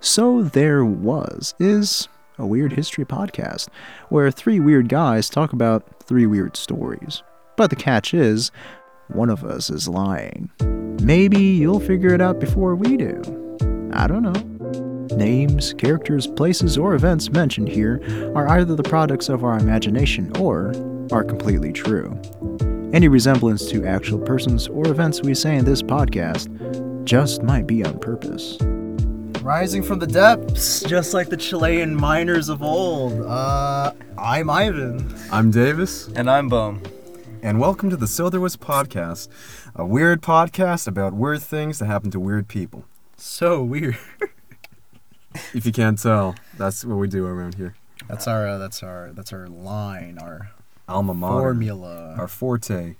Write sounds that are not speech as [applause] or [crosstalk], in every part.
So There Was is a weird history podcast where three weird guys talk about three weird stories. But the catch is, one of us is lying. Maybe you'll figure it out before we do. I don't know. Names, characters, places, or events mentioned here are either the products of our imagination or are completely true. Any resemblance to actual persons or events we say in this podcast just might be on purpose. Rising from the depths, just like the Chilean miners of old. Uh, I'm Ivan. I'm Davis, And I'm Bum. and welcome to the So There Was podcast, a weird podcast about weird things that happen to weird people. So weird. [laughs] If you can't tell, that's what we do around here. That's our. Uh, that's our. That's our line. Our Alma mater, formula. our forte.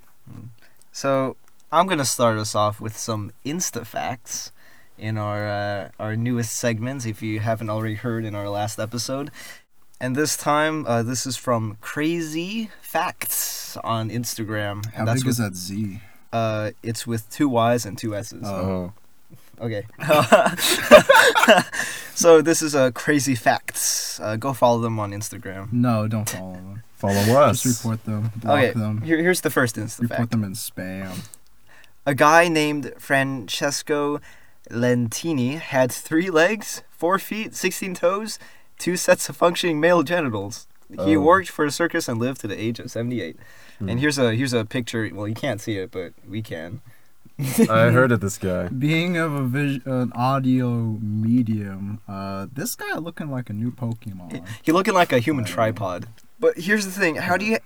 So I'm gonna start us off with some Insta facts in our uh, our newest segment. If you haven't already heard in our last episode, and this time uh, this is from Crazy Facts on Instagram. And How that's big with, is that Z? Uh, it's with two Y's and two S's. Oh, Okay. [laughs] so this is uh, Crazy Facts. Uh, go follow them on Instagram. No, don't follow them. follow us. Just report them. Block okay. them. Here, here's the first Insta Report fact. them in spam. A guy named Francesco Lentini had three legs, four feet, 16 toes, two sets of functioning male genitals. He Oh. worked for a circus and lived to the age of 78. And here's a here's a picture. Well, you can't see it, but we can. [laughs] I heard of this guy. Being of a vis- an audio medium, uh, this guy looking like a new Pokemon. He looking like a human Right. tripod. But here's the thing. How do you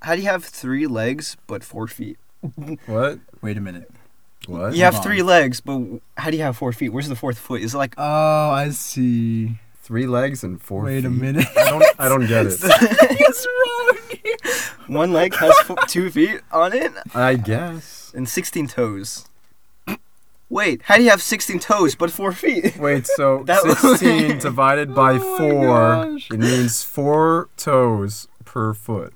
how do you have three legs but four feet? What? Wait a minute. What? You have on. three legs, but how do you have four feet? Where's the fourth foot? Is it like Oh, I see. Three legs and four. Wait a feet? minute. [laughs] I don't. I don't [laughs] get it. What's wrong here? one leg has fo- two feet on it? I guess. and 16 toes. Wait, how do you have 16 toes but 4 feet? Wait, [laughs] so That was- sixteen divided by my four, gosh. it means four toes per foot.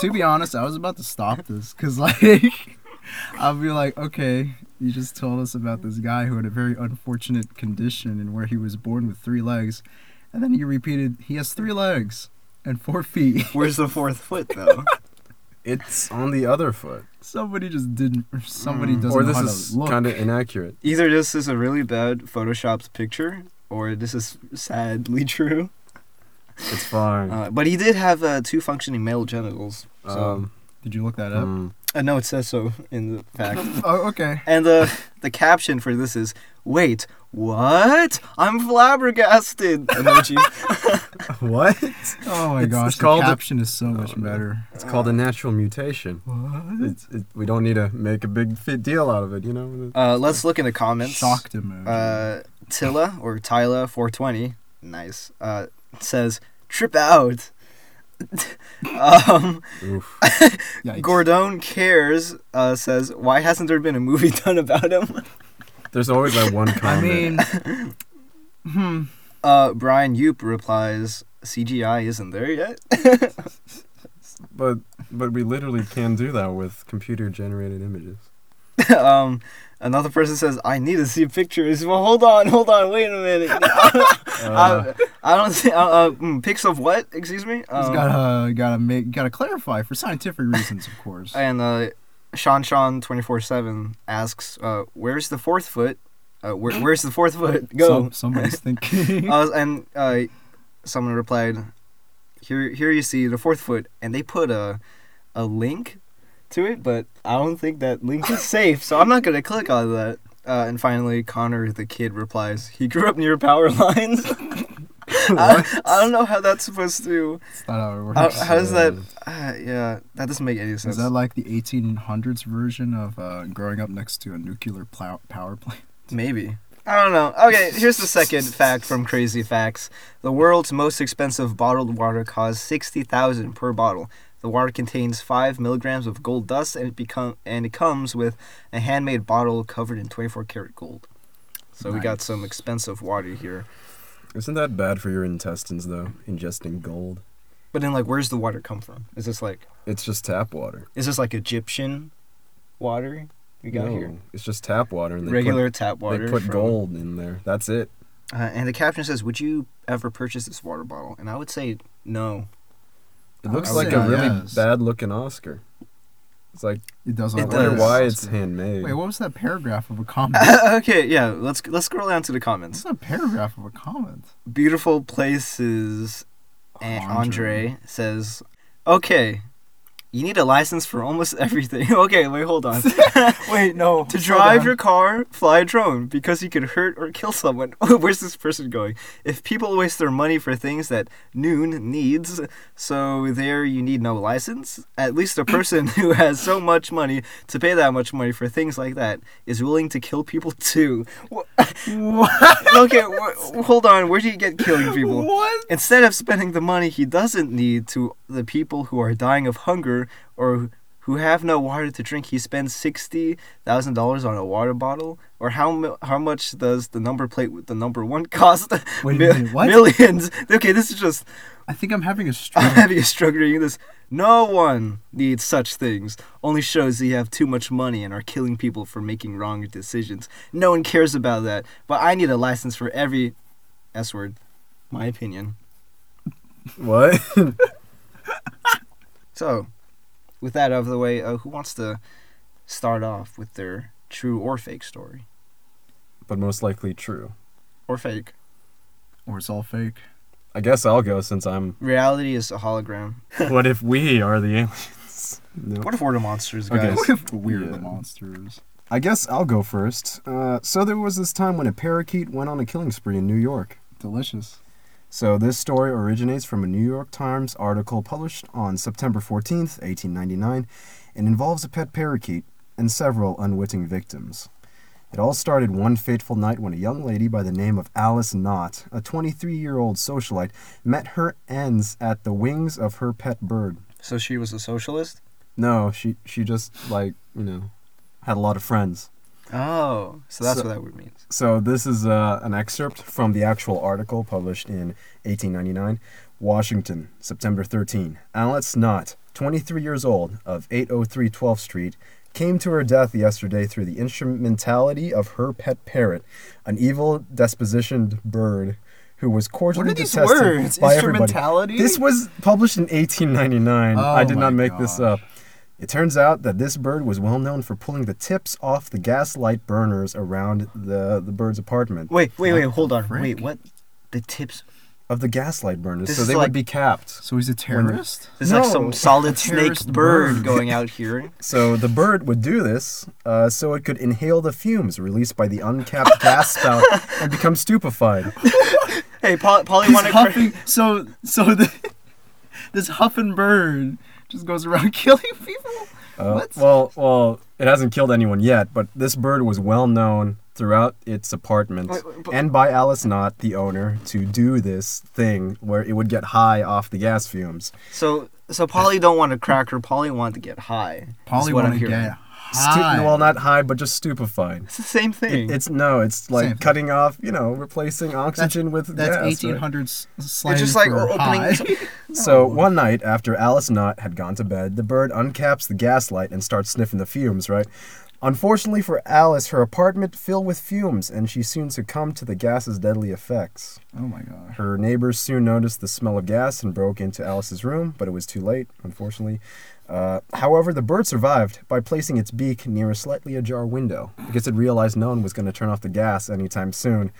to be honest, I was about to stop this because, [laughs] like, I'll be like, okay, you just told us about this guy who had a very unfortunate condition and where he was born with three legs. And then you repeated, he has three legs and four feet. [laughs] [laughs] Where's the fourth foot though? It's [laughs] on the other foot. Somebody just didn't, or somebody doesn't Mm. or know this how is to look. kind of inaccurate. [laughs] Either this is a really bad photoshopped picture or this is sadly true. It's fine. Uh, but he did have uh, two functioning male genitals. So um, Did you look that up? mm. uh, no, it says so in the fact. [laughs] Oh, okay. and uh, the caption for this is, "Wait, what? I'm flabbergasted." Emoji. [laughs] What? Oh my It's- it's gosh, the called a- caption is so much no. better. It's called a natural mutation. What? It's, it, we don't need to make a big fit deal out of it, you know? [laughs] Uh, let's look in the comments. Shocked emoji. uh, Tilla or Tyla 420, nice, uh, says, trip out. [laughs] um, Oof. Yikes. Gordon Cares uh, says, why hasn't there been a movie [laughs] done about him? There's always that one [laughs] I comment. mean, hmm. Uh, Brian Yoop replies, CGI isn't there yet. [laughs] but but we literally can do that with computer generated images. um, another person says, I need to see pictures. Well, hold on, hold on, wait a minute. [laughs] Uh, I, I don't see, uh, uh, mm, pics of what, excuse me? Just Um, gotta gotta make gotta clarify for scientific reasons, of course. And uh, Sean Sean twenty four seven asks, uh, "Where's the fourth foot? Uh, where, where's the fourth [laughs] foot? Go!" Some- somebody's thinking. Uh, and uh, someone replied, "Here, here you see the fourth foot," and they put a a link to it, but I don't think that link [laughs] is safe, so I'm not gonna click on that. Uh, and finally, Connor the kid replies, "He grew up near power [laughs] lines." I, I don't know how that's supposed to. That's not how it works. How, how does that? Understood. Uh, yeah, that doesn't make any sense. uh, Is that like the 1800s version of uh, growing up next to a nuclear plow- power plant? [laughs] Maybe. I don't know. Okay, here's the second fact from Crazy Facts. The world's most expensive bottled water costs sixty thousand per bottle. The water contains five milligrams of gold dust, and it become and it comes with a handmade bottle covered in twenty-four karat gold. So we got Nice. some expensive water here. Isn't that bad for your intestines, though? Ingesting gold? But then, like, where's the water come from? Is this like It's just tap water. is this like Egyptian water we got No, here? It's just tap water. And they Regular put, tap water. They put from- gold in there. That's it. Uh, and the caption says, "Would you ever purchase this water bottle?" And I would say no. It I looks would like say a really yes. bad looking Oscar. It's like It does. I It all wonder right. does. why it's handmade. Wait, what was that paragraph of a comment? [laughs] okay, yeah. Let's let's scroll down to the comments. It's not a paragraph of a comment. Beautiful places. And Andre says, "Okay, you need a license for almost [laughs] everything." okay, wait, hold on. Wait, no. to slow drive down. your car, fly a drone because you could hurt or kill someone. [laughs] Where's this person going? If people waste their money for things that Noon needs, so there you need no license. At least a person [laughs] who has so much money to pay that much money for things like that is willing to kill people [laughs] too. Wha- [laughs] okay, wh- hold on. Where do you get killing people? What? Instead of spending the money he doesn't need to the people who are dying of hunger or who have no water to drink, he spends sixty thousand dollars on a water bottle. Or how mu- how much does the number plate with the number one [laughs] cost? Wait a Mil- minute, what? Millions. Okay, this is just [laughs] I think I'm having a I'm stroke. having a struggle reading this. No one needs such things. Only shows that you have too much money and are killing people for making wrong decisions. No one cares about that. But I need a license for every S word. My opinion. What? [laughs] So, with that out of the way, uh, who wants to start off with their true or fake story? but most likely true. Or fake. or it's all fake. I guess I'll go since [laughs] I'm. Reality is a hologram. what if we are the aliens? No. What if we're the monsters, Okay. guys? What [laughs] if we're Yeah. the monsters? I guess I'll go first. Uh, so there was this time when a parakeet went on a killing spree in New York. Delicious. So this story originates from a New York Times article published on September 14th, 1899, and involves a pet parakeet and several unwitting victims. It all started one fateful night when a young lady by the name of Alice Knott, a 23-year-old socialite, met her ends at the wings of her pet bird. So she was a socialist? No, she she just like, you know, had a lot of friends. Oh, so that's So- what that word means. So this is uh, an excerpt from the actual article published in 1899, Washington, September 13. Alice Knott, 23 years old, of 803 12th Street, came to her death yesterday through the instrumentality of her pet parrot, an evil dispositioned bird, who was cordially What are these detested words? by everybody. Instrumentality? This was published in 1899. Oh I did not my make this gosh. up. It turns out that this bird was well known for pulling the tips off the gaslight burners around the, the bird's apartment. Wait, wait, wait, hold on. frick? Wait, what? The tips? Of the gaslight burners, This so is they like- would be capped. So he's a terrorist? There's like No, some solid snake terrorist bird [laughs] bird. going out here. So the bird would do this uh, so it could inhale the fumes released by the [laughs] uncapped gas spout and become stupefied. Hey, poly- He's polymonic. cra- huffing. So, so the, [laughs] this huffing bird just goes around [laughs] killing people? Uh, What? well, well, it hasn't killed anyone yet, but this bird was well known throughout its apartment Wait, wait, but- and by Alice Knott, the owner, to do this thing where it would get high off the gas fumes. so, so Polly don't want to crack her. Polly want to get high. Polly is what want I'm to hearing. get Stu- high. well, not high, but just stupefied. It's the same thing. It, it's no, it's like Same thing. cutting off, you know, replacing oxygen with That's gas. right? 1800s slang it's just like for o- [laughs] high. [laughs] opening. So one night after Alice Knott had gone to bed, the bird uncaps the gaslight and starts sniffing the fumes, right? Unfortunately for Alice, her apartment filled with fumes, and she soon succumbed to the gas's deadly effects. Oh my gosh. Her neighbors soon noticed the smell of gas and broke into Alice's room, but it was too late, unfortunately. Uh, however, the bird survived by placing its beak near a slightly ajar window because it realized no one was going to turn off the gas anytime soon.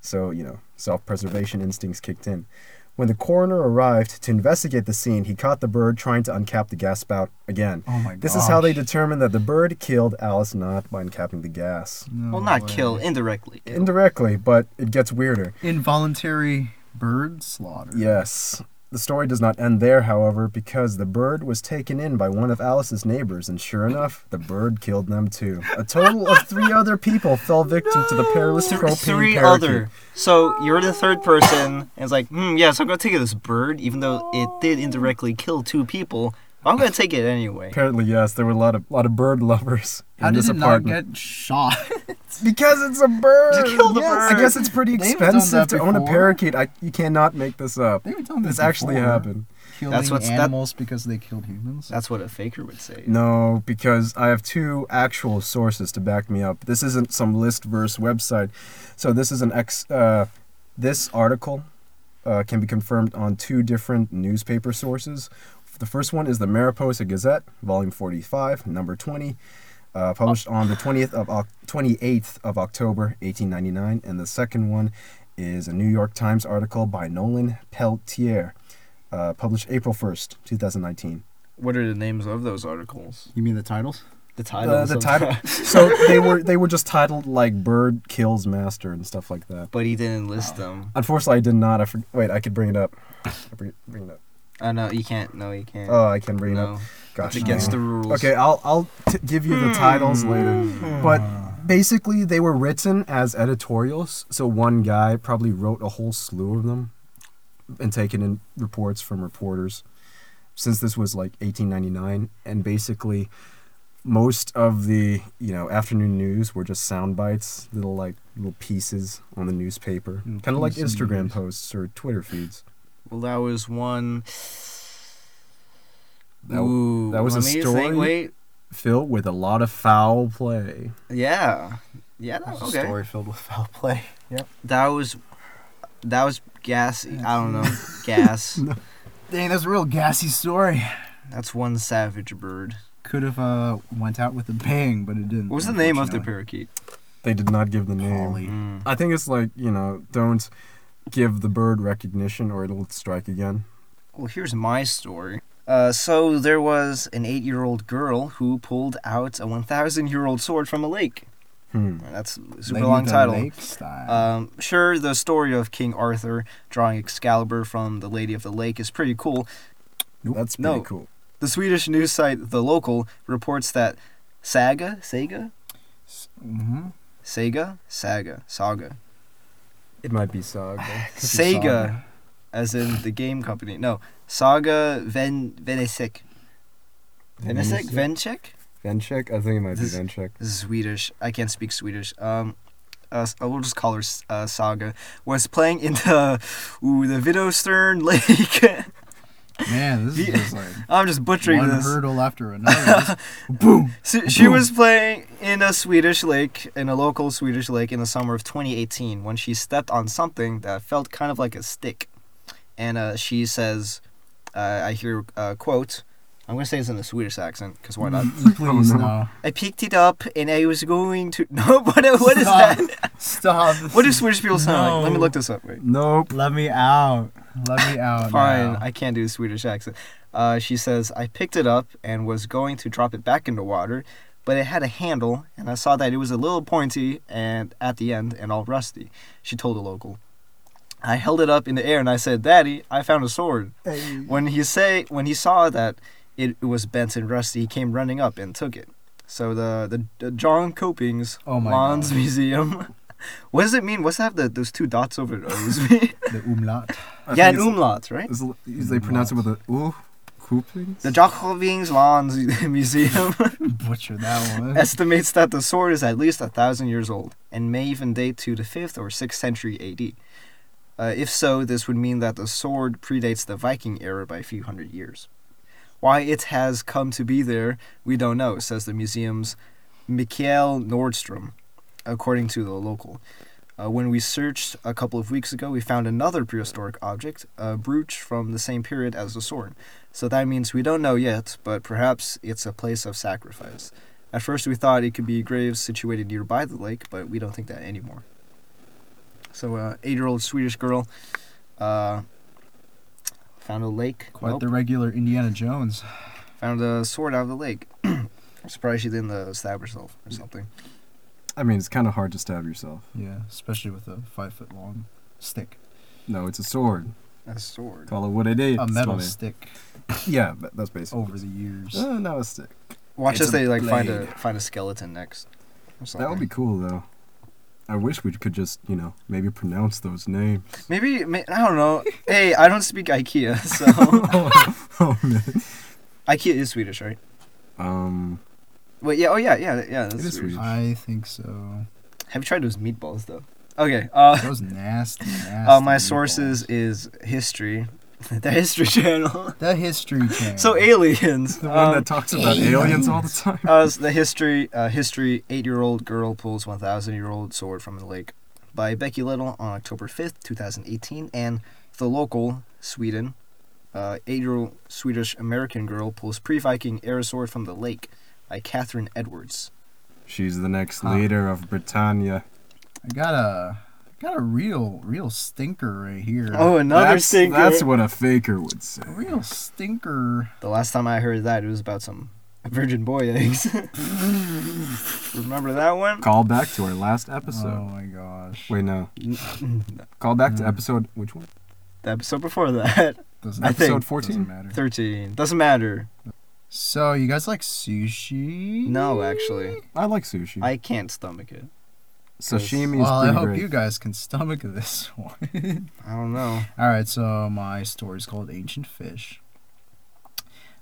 So, you know, self preservation instincts kicked in. When the coroner arrived to investigate the scene, he caught the bird trying to uncap the gas spout again. Oh my This is how they gosh. determined that the bird killed Alice not by uncapping the gas. No well, not way. kill, indirectly. kill. Indirectly, but it gets weirder. Involuntary bird slaughter. Yes. The story does not end there, however, because the bird was taken in by one of Alice's neighbors, and sure enough, the bird killed them too. A total of [laughs] three other people fell victim to the perilous Th- propane three parakeet. other. So you're the third person, and it's like, hmm, yes, I'm gonna take this bird, even though it did indirectly kill two people. I'm gonna take it anyway. Apparently, yes, there were a lot of lot of bird lovers How in did this it apartment. not get shot? [laughs] Because it's a bird. You killed a yes. bird. I guess it's pretty They've done expensive that to own a before. parakeet. I, you cannot make this up. They were done This this actually before. happened. Killing That's what's- that- animals because they killed humans. That's what a faker would say. No, because I have two actual sources to back me up. This isn't some list verse website. So this is an ex uh, This article uh, can be confirmed on two different newspaper sources. The first one is the Mariposa Gazette, volume 45, number 20, uh, published on the 20th of Oc- 28th of October 1899, and the second one is a New York Times article by Nolan Peltier, uh, published April 1st, 2019. What are the names of those articles? You mean the titles? Uh, The titles. the of title, [laughs] the- so they were they were just titled like "Bird Kills Master" and stuff like that. but he didn't list them. Unfortunately, I did not. I for, wait, I could bring it up. I bring, bring it up. Oh no, you can't. No, you can't. Oh, I can bring it up. no, Gosh, it's against the rules. Okay, I'll I'll t- give you the titles later. But Hmm. basically, they were written as editorials, so one guy probably wrote a whole slew of them, and taken in reports from reporters. Since this was like 1899, and basically, most of the you know afternoon news were just sound bites, little like little pieces on the newspaper, Little kind of like pieces of Instagram news. posts or Twitter feeds. Well, that was one. That- Ooh, that was a let me story? Think, wait, Filled with a lot of foul play. yeah, yeah. That, okay, story filled with foul play. that was that was gas. I don't know, gas. Dang, that's a real gassy story. That's one savage bird. Could have uh went out with a bang, but it didn't. What was the name of the unfortunately. parakeet? They did not give the name. Polly. Mm. I think it's like, you know, don't give the bird recognition or it'll strike again. Well, here's my story. Uh, so there was an eight-year-old girl who pulled out a 1,000-year-old sword from a lake. Hmm. That's a super Lady long the title. Lake style. Um, sure, the story of King Arthur drawing Excalibur from the Lady of the Lake is pretty cool. That's pretty No. cool. The Swedish news site The Local reports that Saga, Sega, Mhm. Sega, Saga, Saga, It might be [sighs] Sog. Sega, as in the game company. No, Saga Ven Venesek. Venesek? Venchek? Venchek? I think it might be This- Venchek. Swedish. I can't speak Swedish. Um, uh, we'll just call her S- uh, Saga. Was playing in the ooh the Vidostern [laughs] Lake. [laughs] Man, this is The- just like I'm just butchering one this. [laughs] hurdle after another. So she was playing in a Swedish lake, in a local Swedish lake, in the summer of 2018 when she stepped on something that felt kind of like a stick. And uh, she says, uh, I hear uh, quote, I'm going to say this in a Swedish accent, because why not? Please Oh, no. no. I picked it up and I was going to. [laughs] No, what, what is Stop. [laughs] that? Stop. This What do is- Swedish people sound like? Let me No. look this up. Wait. Nope. Let me out. Let me out. Fine, now. I can't do a Swedish accent. Uh, she says, I picked it up and was going to drop it back into water, but it had a handle, and I saw that it was a little pointy and at the end and all rusty. She told a local. I held it up in the air and I said, Daddy, I found a sword. When he say when he saw that it, it was bent and rusty, he came running up and took it. So the the, the John Copings Oh my Lawns God. Museum. [laughs] what does it mean? What's that? The, those two dots over the O's. The umlaut. I yeah, an think it's- umlaut, right? it's l- They pronounce it with a ooh. Coopings? The Jacobins Lawns [laughs] Museum [laughs] Butcher that one. estimates that the sword is at least a thousand years old and may even date to the 5th or 6th century AD. Uh, if so, this would mean that the sword predates the Viking era by a few hundred years. Why it has come to be there, we don't know, says the museum's Mikael Nordstrom, according to the local. Uh, when we searched a couple of weeks ago, we found another prehistoric object, a brooch from the same period as the sword. So that means we don't know yet, but perhaps it's a place of sacrifice. At first, we thought it could be graves situated nearby the lake, but we don't think that anymore. So, uh, eight-year-old Swedish girl uh, found a lake. Quite Nope. the regular Indiana Jones. Found a sword out of the lake. [clears throat] I'm surprised she didn't uh, stab herself or something. I mean, it's kind of hard to stab yourself. Yeah, especially with a five foot long stick. No, it's a sword. A sword. Call it what it is. A metal funny. stick [laughs] Yeah, but that's basically. over the years. Uh, not a stick. Watch It's as a they like find a blade. find a skeleton next. or That would something. be cool, though. I wish we could just, you know, maybe pronounce those names. [laughs] maybe. May, I don't know. [laughs] hey, I don't speak IKEA, [laughs] [laughs] so oh, man. IKEA is Swedish, right? Um, Wait, yeah, oh yeah, yeah, yeah. It That's is Swedish. Swedish. I think so. Have you tried those meatballs though? Okay. Uh, That was [laughs] nasty, nasty. uh my meatballs. sources is history, [laughs] the History Channel. The History Channel. so aliens. the um, one that talks about aliens all the time. uh, the history, uh, history. Eight-year-old girl pulls one thousand-year-old sword from the lake. by Becky Little on October 5th, 2018, and The Local, Sweden. Uh, Eight year old Swedish American girl pulls pre Viking air sword from the lake by Catherine Edwards. She's the next Huh. leader of Britannia. I got a got a real real stinker right here. Oh, another that's, stinker. That's what a faker would say. A real stinker. The last time I heard that, it was about some virgin boy eggs. [laughs] Remember that one? Call back to our last episode. oh my gosh. Wait, [laughs] no. the Call back to Mm. episode which one? episode before that, [laughs] Doesn't, I episode think- 14. doesn't matter. 13. Doesn't matter. So you guys like sushi? No, actually. I like sushi. I can't stomach it. Sashimi is Well, I pretty hope great. you guys can stomach this [laughs] one. I don't know. All right, so my story is called Ancient Fish.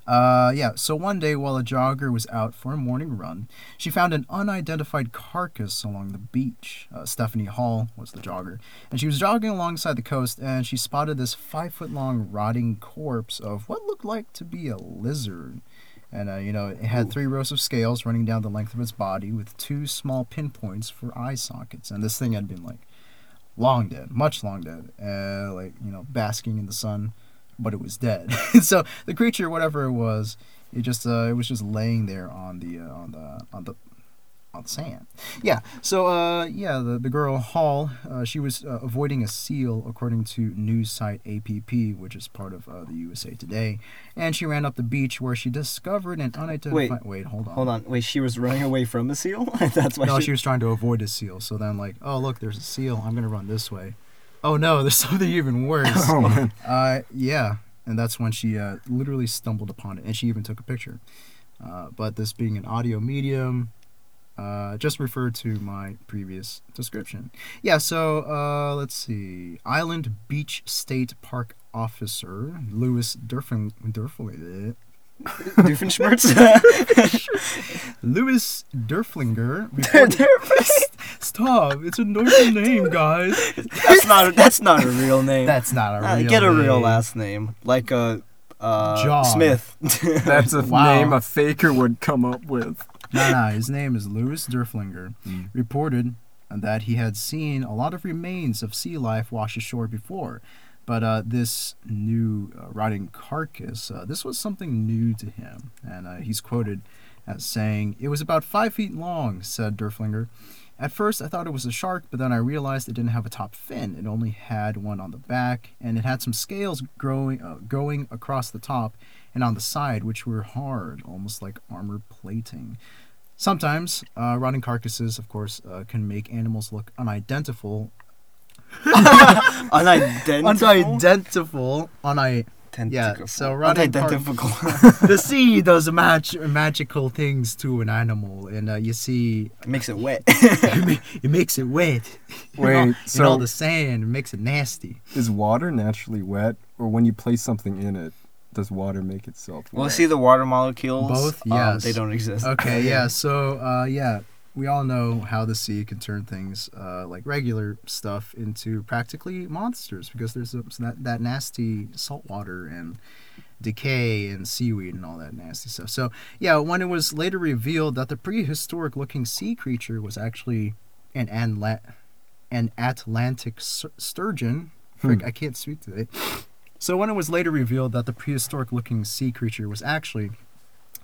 Uh, yeah, so one day while a jogger was out for a morning run, she found an unidentified carcass along the beach. Uh, Stephanie Hall was the jogger, and she was jogging alongside the coast and she spotted this five foot long rotting corpse of what looked like to be a lizard. And, uh, you know, it had three rows of scales running down the length of its body with two small pinpoints for eye sockets. And this thing had been, like, long dead, much long dead, uh, like you know, basking in the sun, but it was [laughs] dead. so the creature, whatever it was, it just uh, it was just laying there on the uh, on the on the on the sand. Yeah. So uh, yeah, the the girl Hall, uh, she was uh, avoiding a seal, according to news site APP, which is part of uh, the USA Today, and she ran up the beach where she discovered an unidentified. Wait, hold on. Hold on. Wait, she was running away from the seal? [laughs] That's why No, she... she was trying to avoid a seal. So then, like, oh look, there's a seal. I'm gonna run this way. Oh no, [laughs] there's something even worse. [laughs] Oh [laughs] man. uh, yeah, and that's when she uh, literally stumbled upon it, and she even took a picture. Uh, but this being an audio medium, uh, just refer to my previous description. Yeah, so uh, let's see. Island Beach State Park officer Lewis Durfin Durflin. [laughs] Doofenshmirtz? Lewis Derflinger [laughs] reported. Stop! It's a normal name, guys. that's, not, that's not a real name. That's not a Uh, real. get a real name. last name. Like a... Uh, John. Smith. [laughs] That's a Wow. name a faker would come up with. No, no. His name is Lewis Derflinger. Mm. Reported that he had seen a lot of remains of sea life wash ashore before, but uh, this new uh, rotting carcass, uh, this was something new to him, and uh, he's quoted as saying, "It was about five feet long," said Derflinger. At first, I thought it was a shark, but then I realized it didn't have a top fin. It only had one on the back, and it had some scales growing, uh, going across the top and on the side, which were hard, almost like armor plating. Sometimes, uh, rotting carcasses, of course, uh, can make animals look unidentifiable. Unidentified. Unidentifiable. Uni- Yeah, so Rodney Park- [laughs] Unidentifical. the sea does mag- magical things to an animal, and uh, you see, Makes it [laughs] wet. it, ma- it makes it wet. [laughs] You know, Wait, and so- all the sand it makes it nasty. Is water naturally wet, or when you place something in it, does water make itself wet? Well, see the water molecules. Both? um, Yes. Uh, they don't exist. Okay, yeah. So, uh, yeah, we all know how the sea can turn things uh, like regular stuff into practically monsters because there's a, that that nasty salt water and decay and seaweed and all that nasty stuff. So, yeah, when it was later revealed that the prehistoric-looking sea creature was actually an anla- an Atlantic sur- sturgeon. Hmm. Frick, I can't speak today. So when it was later revealed that the prehistoric-looking sea creature was actually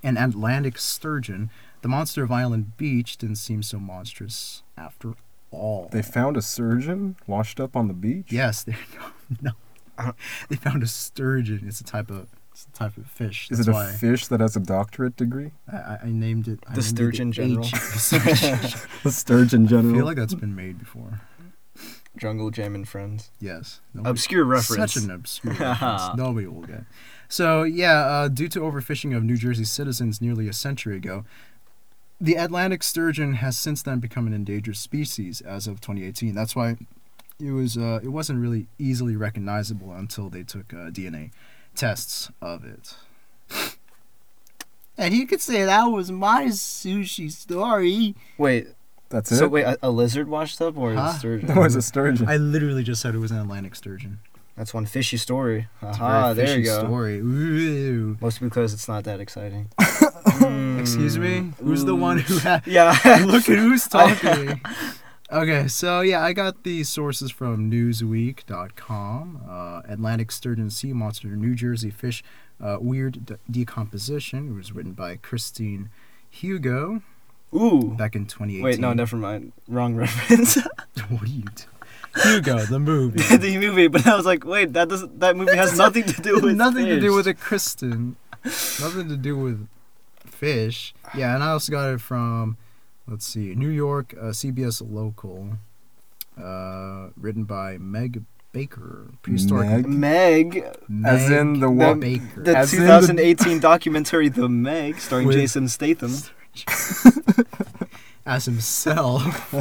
an Atlantic sturgeon, the monster of Island Beach didn't seem so monstrous after all. They found a surgeon washed up on the beach. yes, they [laughs] no, no. they found a sturgeon. It's a type of it's a type of fish. Is That's it a why fish that has a doctorate degree? [laughs] I I, I named it I The named it sturgeon general. H. The [laughs] sturgeon general. The sturgeon I general. feel like that's been made before. Jungle Jam and Friends. Yes. Nobody- Obscure reference. Such an obscure [laughs] reference. Nobody will get. So yeah, uh, due to overfishing of New Jersey citizens nearly a century ago, the Atlantic sturgeon has since then become an endangered species as of 2018. That's why it was uh, it wasn't really easily recognizable until they took uh, DNA tests of it. [laughs] And you could say that was my [laughs] sushi story. Wait. That's it. So wait, a, a lizard washed up or Huh? a [laughs] That sturgeon? was a sturgeon. I literally just said it was an Atlantic sturgeon. That's one fishy story. It's a Aha, very Ah, there fishy you go. Story. Ooh. Mostly because it's not that exciting. Mm, Excuse me? Who's the one who had. [laughs] Yeah. Look at who's talking. Okay, so yeah, I got the sources from Newsweek.com, uh, Atlantic Sturgeon Sea Monster, New Jersey Fish, uh, Weird De- Decomposition, it was written by Christine Hugo [laughs] Ooh. back in 2018. Wait, no, never mind. Wrong [laughs] reference. [laughs] What are you doing? Hugo, [laughs] the movie. the movie, but I was like, wait, that does not that movie has nothing to do with nothing to do fish. with a Kristen. nothing to do with fish. Yeah, and I also got it from, let's see, New York uh, CBS local, uh, written by Meg Baker, prehistoric. Meg? Meg, As in the Meg one- Baker. the As in the- 2018 documentary The Meg, starring With- Jason Statham. [laughs] as himself,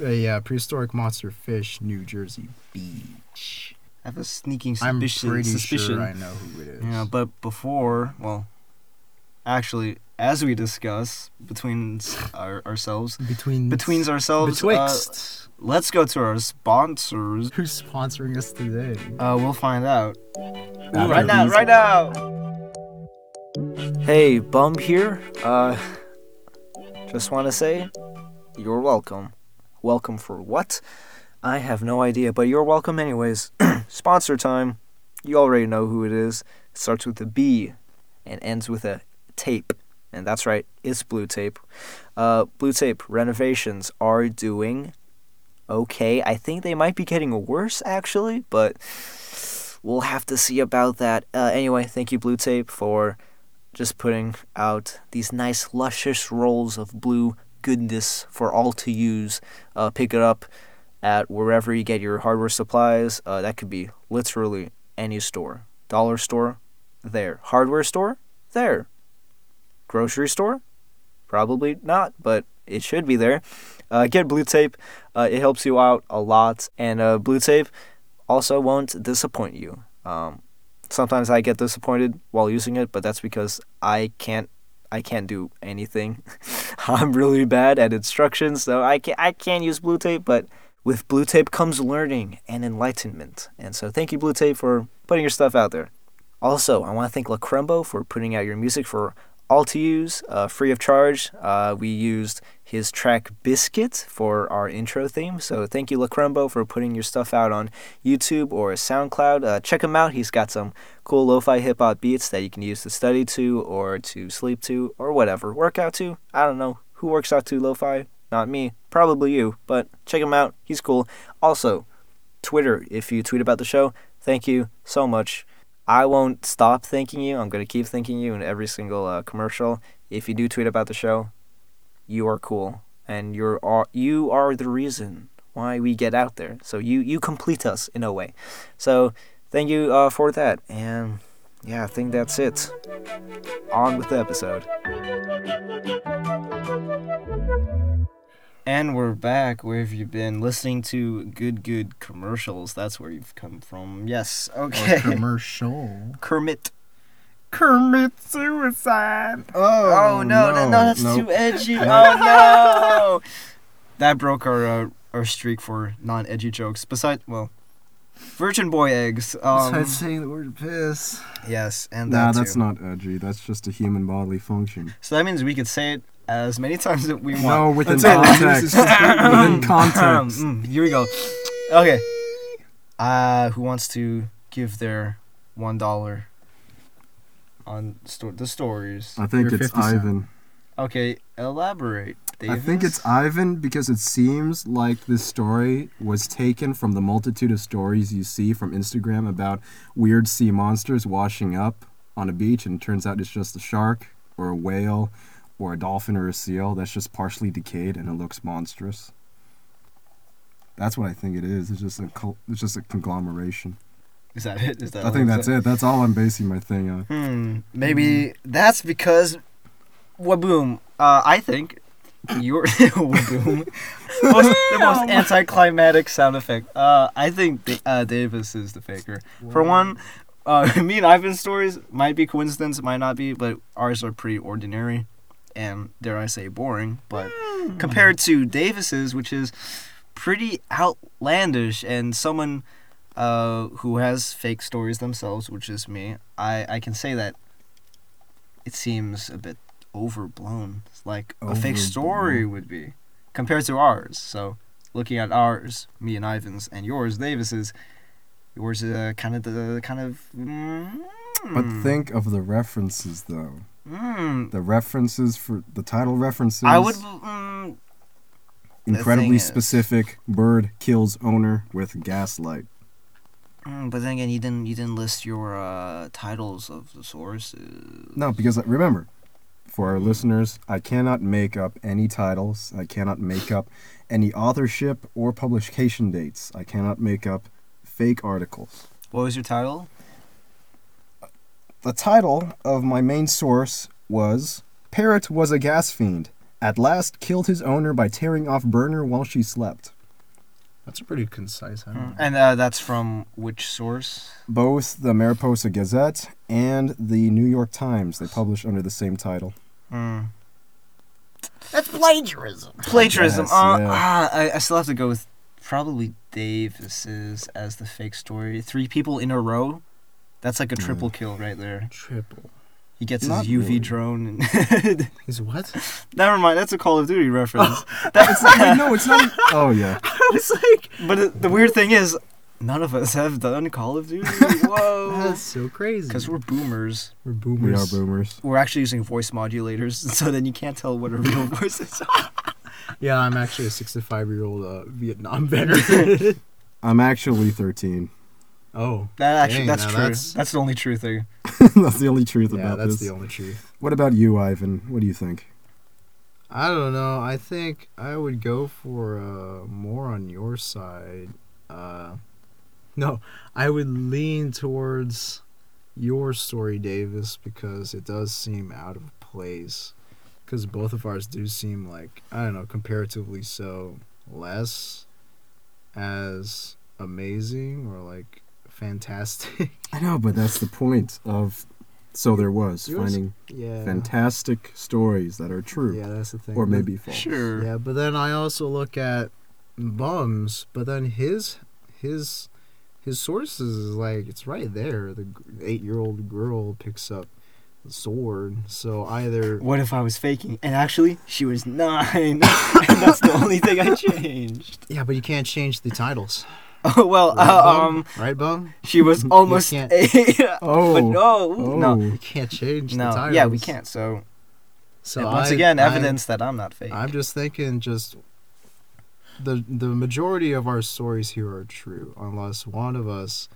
a uh, prehistoric monster fish, New Jersey Beach. I have a sneaking I'm suspicion. pretty suspicion. sure I know who it is. Yeah, but before, well, actually, as we discuss between s- our, ourselves, between between ourselves, uh, betwixt. [laughs] let's go to our sponsors. Who's sponsoring [laughs] us today? Uh, we'll find out. After right now, these- right now. Hey, Bump here. Uh, just want to say, you're welcome. Welcome for what? I have no idea, but you're welcome anyways. [clears throat] Sponsor time. You already know who it is. It starts with a B and ends with a tape. And that's right, it's Blue Tape. Uh, Blue Tape renovations are doing okay. I think they might be getting worse actually, but we'll have to see about that. Uh, anyway, thank you, Blue Tape, for just putting out these nice luscious rolls of blue goodness for all to use. Uh, pick it up at wherever you get your hardware supplies. Uh, that could be literally any store. Dollar store, there. Hardware store, there. Grocery store, probably not, but it should be there. Uh, get blue tape. Uh, it helps you out a lot, and uh, blue tape also won't disappoint you. Um, sometimes I get disappointed while using it, but that's because I can't I can't do anything. [laughs] I'm really bad at instructions, so I can I can use blue tape, but with blue tape comes learning and enlightenment. And so thank you blue tape for putting your stuff out there. Also, I want to thank Lacrembo for putting out your music for all to use, uh, free of charge. Uh, we used his track Biscuit for our intro theme. So thank you, Lacrembo, for putting your stuff out on YouTube or SoundCloud. Uh, check him out. He's got some cool lo-fi hip-hop beats that you can use to study to or to sleep to or whatever. Work out to. I don't know. Who works out to lo-fi? Not me. Probably you. But check him out. He's cool. Also, Twitter. If you tweet about the show, thank you so much. I won't stop thanking you. I'm going to keep thanking you in every single uh, commercial. If you do tweet about the show, you are cool and you're are, you are the reason why we get out there. So you you complete us in a way. So thank you uh, for that. And yeah, I think that's it. On with the episode. And we're back. Where have you been? Listening to good, good commercials. That's where you've come from. Yes. [laughs] Okay. commercial. Kermit. Kermit suicide. Oh, no, no, no, that's no. too edgy. Oh no. [laughs] that broke our uh, our streak for non-edgy jokes. Besides, well, virgin boy eggs. Um, Besides saying the word piss. yes, and that Nah, too. that's not edgy. That's just a human bodily function. So that means we could say it as many [laughs] times that we No, want. within That's it. context. This is within Um, context. mm, here we go. Okay. Uh, who wants to give their one dollar on sto- the stories? [laughs] I think You're it's 50 cent. Ivan. Okay, elaborate. I think Davis. it's Ivan because it seems like this story was taken from the multitude of stories you see from Instagram about weird sea monsters washing up on a beach, and it turns out it's just a shark or a whale or a dolphin or a seal that's just partially decayed and it looks monstrous. That's what I think it is. It's just a col- it's just a conglomeration. Is that it? Is that I all think it's- that's it. That's all I'm basing my thing on. Hmm. Maybe that's because Waboom. Uh, I think you're [laughs] Waboom. most, [laughs] the most anticlimactic sound effect. Uh, I think Da- uh, Davis is the faker. For one, uh, [laughs] me and Ivan's stories might be coincidence, might not be, but ours are pretty ordinary, and dare I say boring. But compared to Davis's, which is pretty outlandish, and someone uh, who has fake stories themselves, which is me, I, I can say that it seems a bit overblown, like a fake story would be compared to ours. So looking at ours, me and Ivan's, and yours, Davis's, yours is uh, kind of the kind of. Mm, But think of the references, though. Mm, The references for the title references. I would. Mm, incredibly is- specific. Bird kills owner with gaslight. mm, but then again, you didn't you didn't list your uh, titles of the sources. No, because uh, remember, for our listeners, I cannot make up any titles. I cannot make up any authorship or publication dates. I cannot make up fake articles. What was your title? The title of my main source was Parrot was a gas fiend. At last killed his owner by tearing off burner while she slept. That's a pretty concise Mm, headline. And uh, that's from which source? Both the Mariposa Gazette and the New York Times, they publish under the same title. Mm. That's plagiarism. Plagiarism. guess, uh, yeah. ah, I, I still have to go with probably Davis's as the fake story. Three people in a row. That's like a triple kill right there. Triple. He gets Not his UV really. drone. [laughs] And [laughs] Is what? Never mind. That's a Call of Duty reference. It's not, wait, no, it's [laughs] not. Oh, yeah. [laughs] I was like, but it, the weird thing is, none of us have done Call of [laughs] Duty. [laughs] Whoa. [laughs] that's so crazy. Because we're boomers. we're We are boomers. boomers. We're actually using voice modulators, [laughs] so then you can't tell what a [laughs] real voice is. Yeah, I'm actually a 65 year old uh, Vietnam [laughs] veteran. I'm actually 13. oh, That actually, Dang, that's now true. that's- That's... the only true thing. [laughs] that's the only truth yeah, about that's this. the only truth. What about you, Ivan? What do you think? I don't know. I think I would go for uh, more on your side. Uh, no, I would lean towards your story, Davis, because it does seem out of place. Because both of ours do seem like, I don't know, comparatively so less as amazing or like fantastic. I know, but that's the point of. So there was Yours- finding yeah. fantastic stories that are true Yeah, that's the thing. or But- maybe false. Sure. Yeah, but then I also look at bums, but then his his his sources is like it's right there. The eight year old girl picks up the sword, so either What if I was faking? And actually, she was nine. [laughs] and that's the only thing [laughs] I changed. yeah, but you can't change the titles, Oh well, Right, uh, bum? um, right, bum? she was almost [laughs] can't- eight. Oh. but no, Oh. no, You can't change the no. titles. Yeah, we can't. So, So and once I- again, I'm- evidence that I'm not fake. I'm just thinking, just the the majority of our stories here are true, unless one of us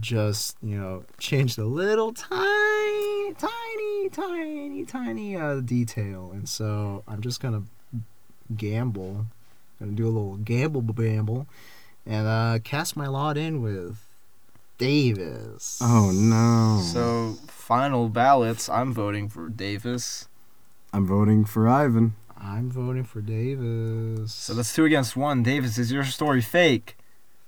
just you know changed a little tiny, tiny, tiny, tiny uh, detail, and so I'm just gonna gamble, gonna do a little gamble bamble, and uh, cast my lot in with Davis. Oh Mm. no. So final ballots. I'm voting for Davis. I'm voting for Ivan. I'm voting for Davis. So that's two against one. Davis, is your story fake?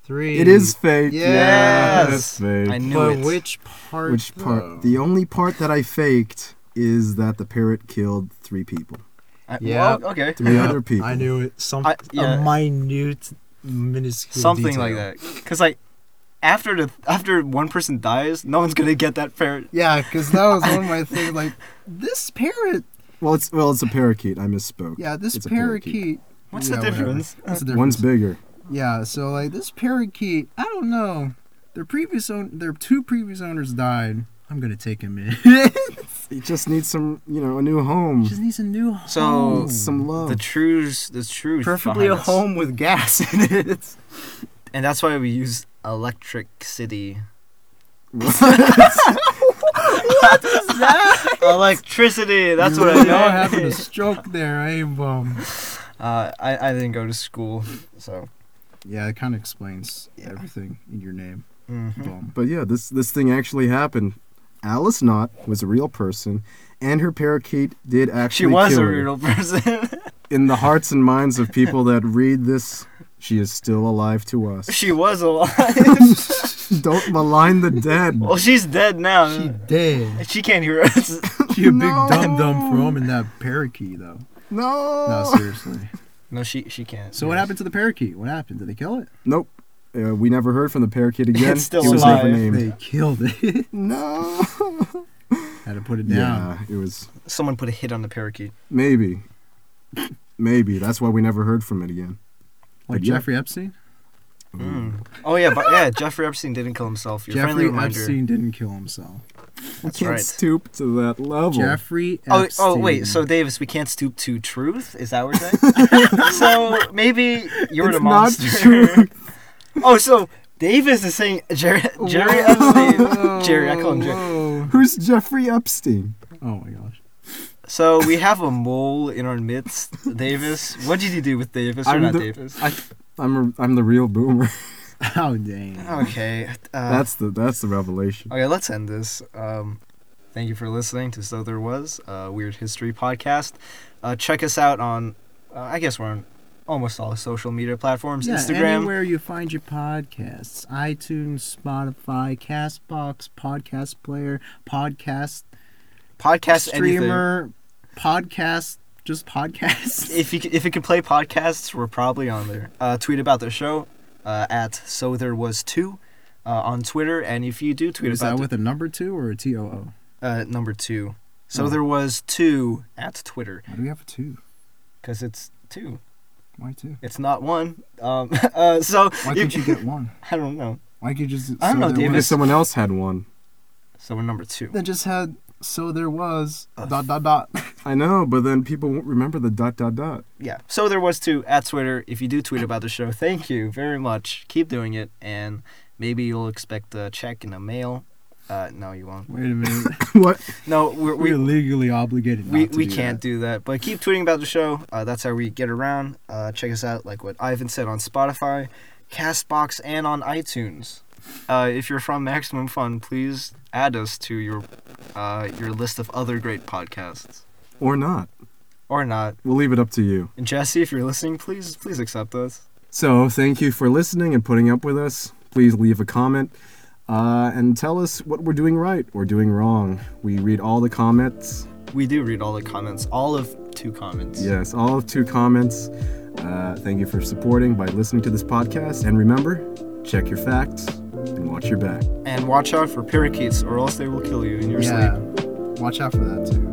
three. It is fake. Yes. Yeah, it's fake. I knew But it. which part? Which though? part? The only part that I faked is that the parrot killed three people. I, Yeah. well, okay. Three Yeah, other people. I knew it. Some I- yeah. a minute, minuscule something like detail. that. Because like after the after one person dies, no one's gonna get that parrot. Yeah, because that was one [laughs] of my things. Like this parrot. Well, it's well, it's a parakeet. I misspoke. Yeah, this It's a parakeet. What's Yeah, the whatever. difference? What's the One's difference? bigger. yeah, so like this parakeet. I don't know. Their previous own, their two previous owners died. I'm gonna take him in. [laughs] It just needs some, you know, a new home. Just needs a new home. So- some love. The trues, the truth. Oh. Preferably a behind this. home with gas in [laughs] it. and that's why we use Electric City. [laughs] Electricity. That's what I Y'all having a know. stroke there, eh, bum? Uh, I I didn't go to school, so. Yeah, it kind of explains Yeah. everything in your name. mhm. Bum. but yeah, this this thing actually happened. Alice Knott was a real person, and her parakeet did She actually was kill a her. real person. [laughs] In the hearts and minds of people that read this, she is still alive to [laughs] us. she was alive. Don't malign the dead. Well, she's dead now. She She, dead. can't hear us. [laughs] She a big No. dum dum from in that parakeet though. No. No, seriously. No, she she can't. So what happened to the parakeet? What happened? Did they kill it? Nope. Uh, we never heard from the parakeet again. It's still He was alive. never named. They killed it. [laughs] [laughs] No. Had to put it down. Yeah, it was Someone put a hit on the parakeet. maybe, maybe that's why we never heard from it again. Like But yeah. Jeffrey Epstein? Mm. Oh yeah, but yeah, Jeffrey Epstein didn't kill himself. Your friendly Jeffrey reminder. Epstein didn't kill himself. That's Can't right. stoop to that level. Jeffrey Oh, Epstein. oh wait, so Davis, we can't stoop to truth? Is that what you're saying? so maybe you're It's the not monster. [laughs] oh, so Davis is saying Jerry, Jerry Epstein. Jerry, I call him Jerry. Whoa. Who's Jeffrey Epstein? Oh my gosh. [laughs] So we have a mole in our midst, Davis. What did you do with Davis? Or I'm not the- Davis? I'm a, I'm the real boomer. [laughs] Oh dang. Okay. Uh, that's the that's the revelation. Okay, let's end this. Um, thank you for listening to So There Was, a Weird History podcast. Uh, check us out on, uh, I guess we're on almost all social media platforms Yeah, Instagram. anywhere you find your podcasts. iTunes, Spotify, Castbox, Podcast Player, Podcast podcast streamer. Streamer, Podcast, just podcasts. If you c- if you can play podcasts, we're probably on there. Uh, tweet about the show uh, at so there was two uh, on Twitter, and if you do tweet [laughs] Is about that with a number two or a T O O? the- uh, number two, so Oh. there was two at Twitter Why do we have a two? because it's two, Why two? it's not one. Um, [laughs] uh, so Why you- couldn't you get one? I don't know. Why could you just? I don't know, there David. What if was- someone else had one? So we're number two. That just had. So there was dot dot dot. I know, but then people won't remember the dot dot dot. yeah. So there was two at Twitter. If you do tweet about the show, thank you very much. Keep doing it, and maybe you'll expect a check in the mail. Uh, no, you won't. Wait a minute. what? No, we're, [laughs] We're we legally obligated. we, not to we do can't do that. But keep tweeting about the show. Uh, that's how we get around. Uh, check us out, like what Ivan said on Spotify, Castbox, and on iTunes. Uh, if you're from Maximum Fun, please add us to your uh, your list of other great podcasts, Or not? or not. We'll leave it up to you. And Jesse, if you're listening, please please accept us. So thank you for listening and putting up with us. Please leave a comment uh, and tell us what we're doing right or doing wrong. We read all the comments. We do read all the comments, all of two comments. Yes, all of two comments. Uh, thank you for supporting by listening to this podcast. And remember, check your facts and watch your back. And watch out for parakeets, or else they will kill you in your That. sleep. Yeah. Watch out for that too.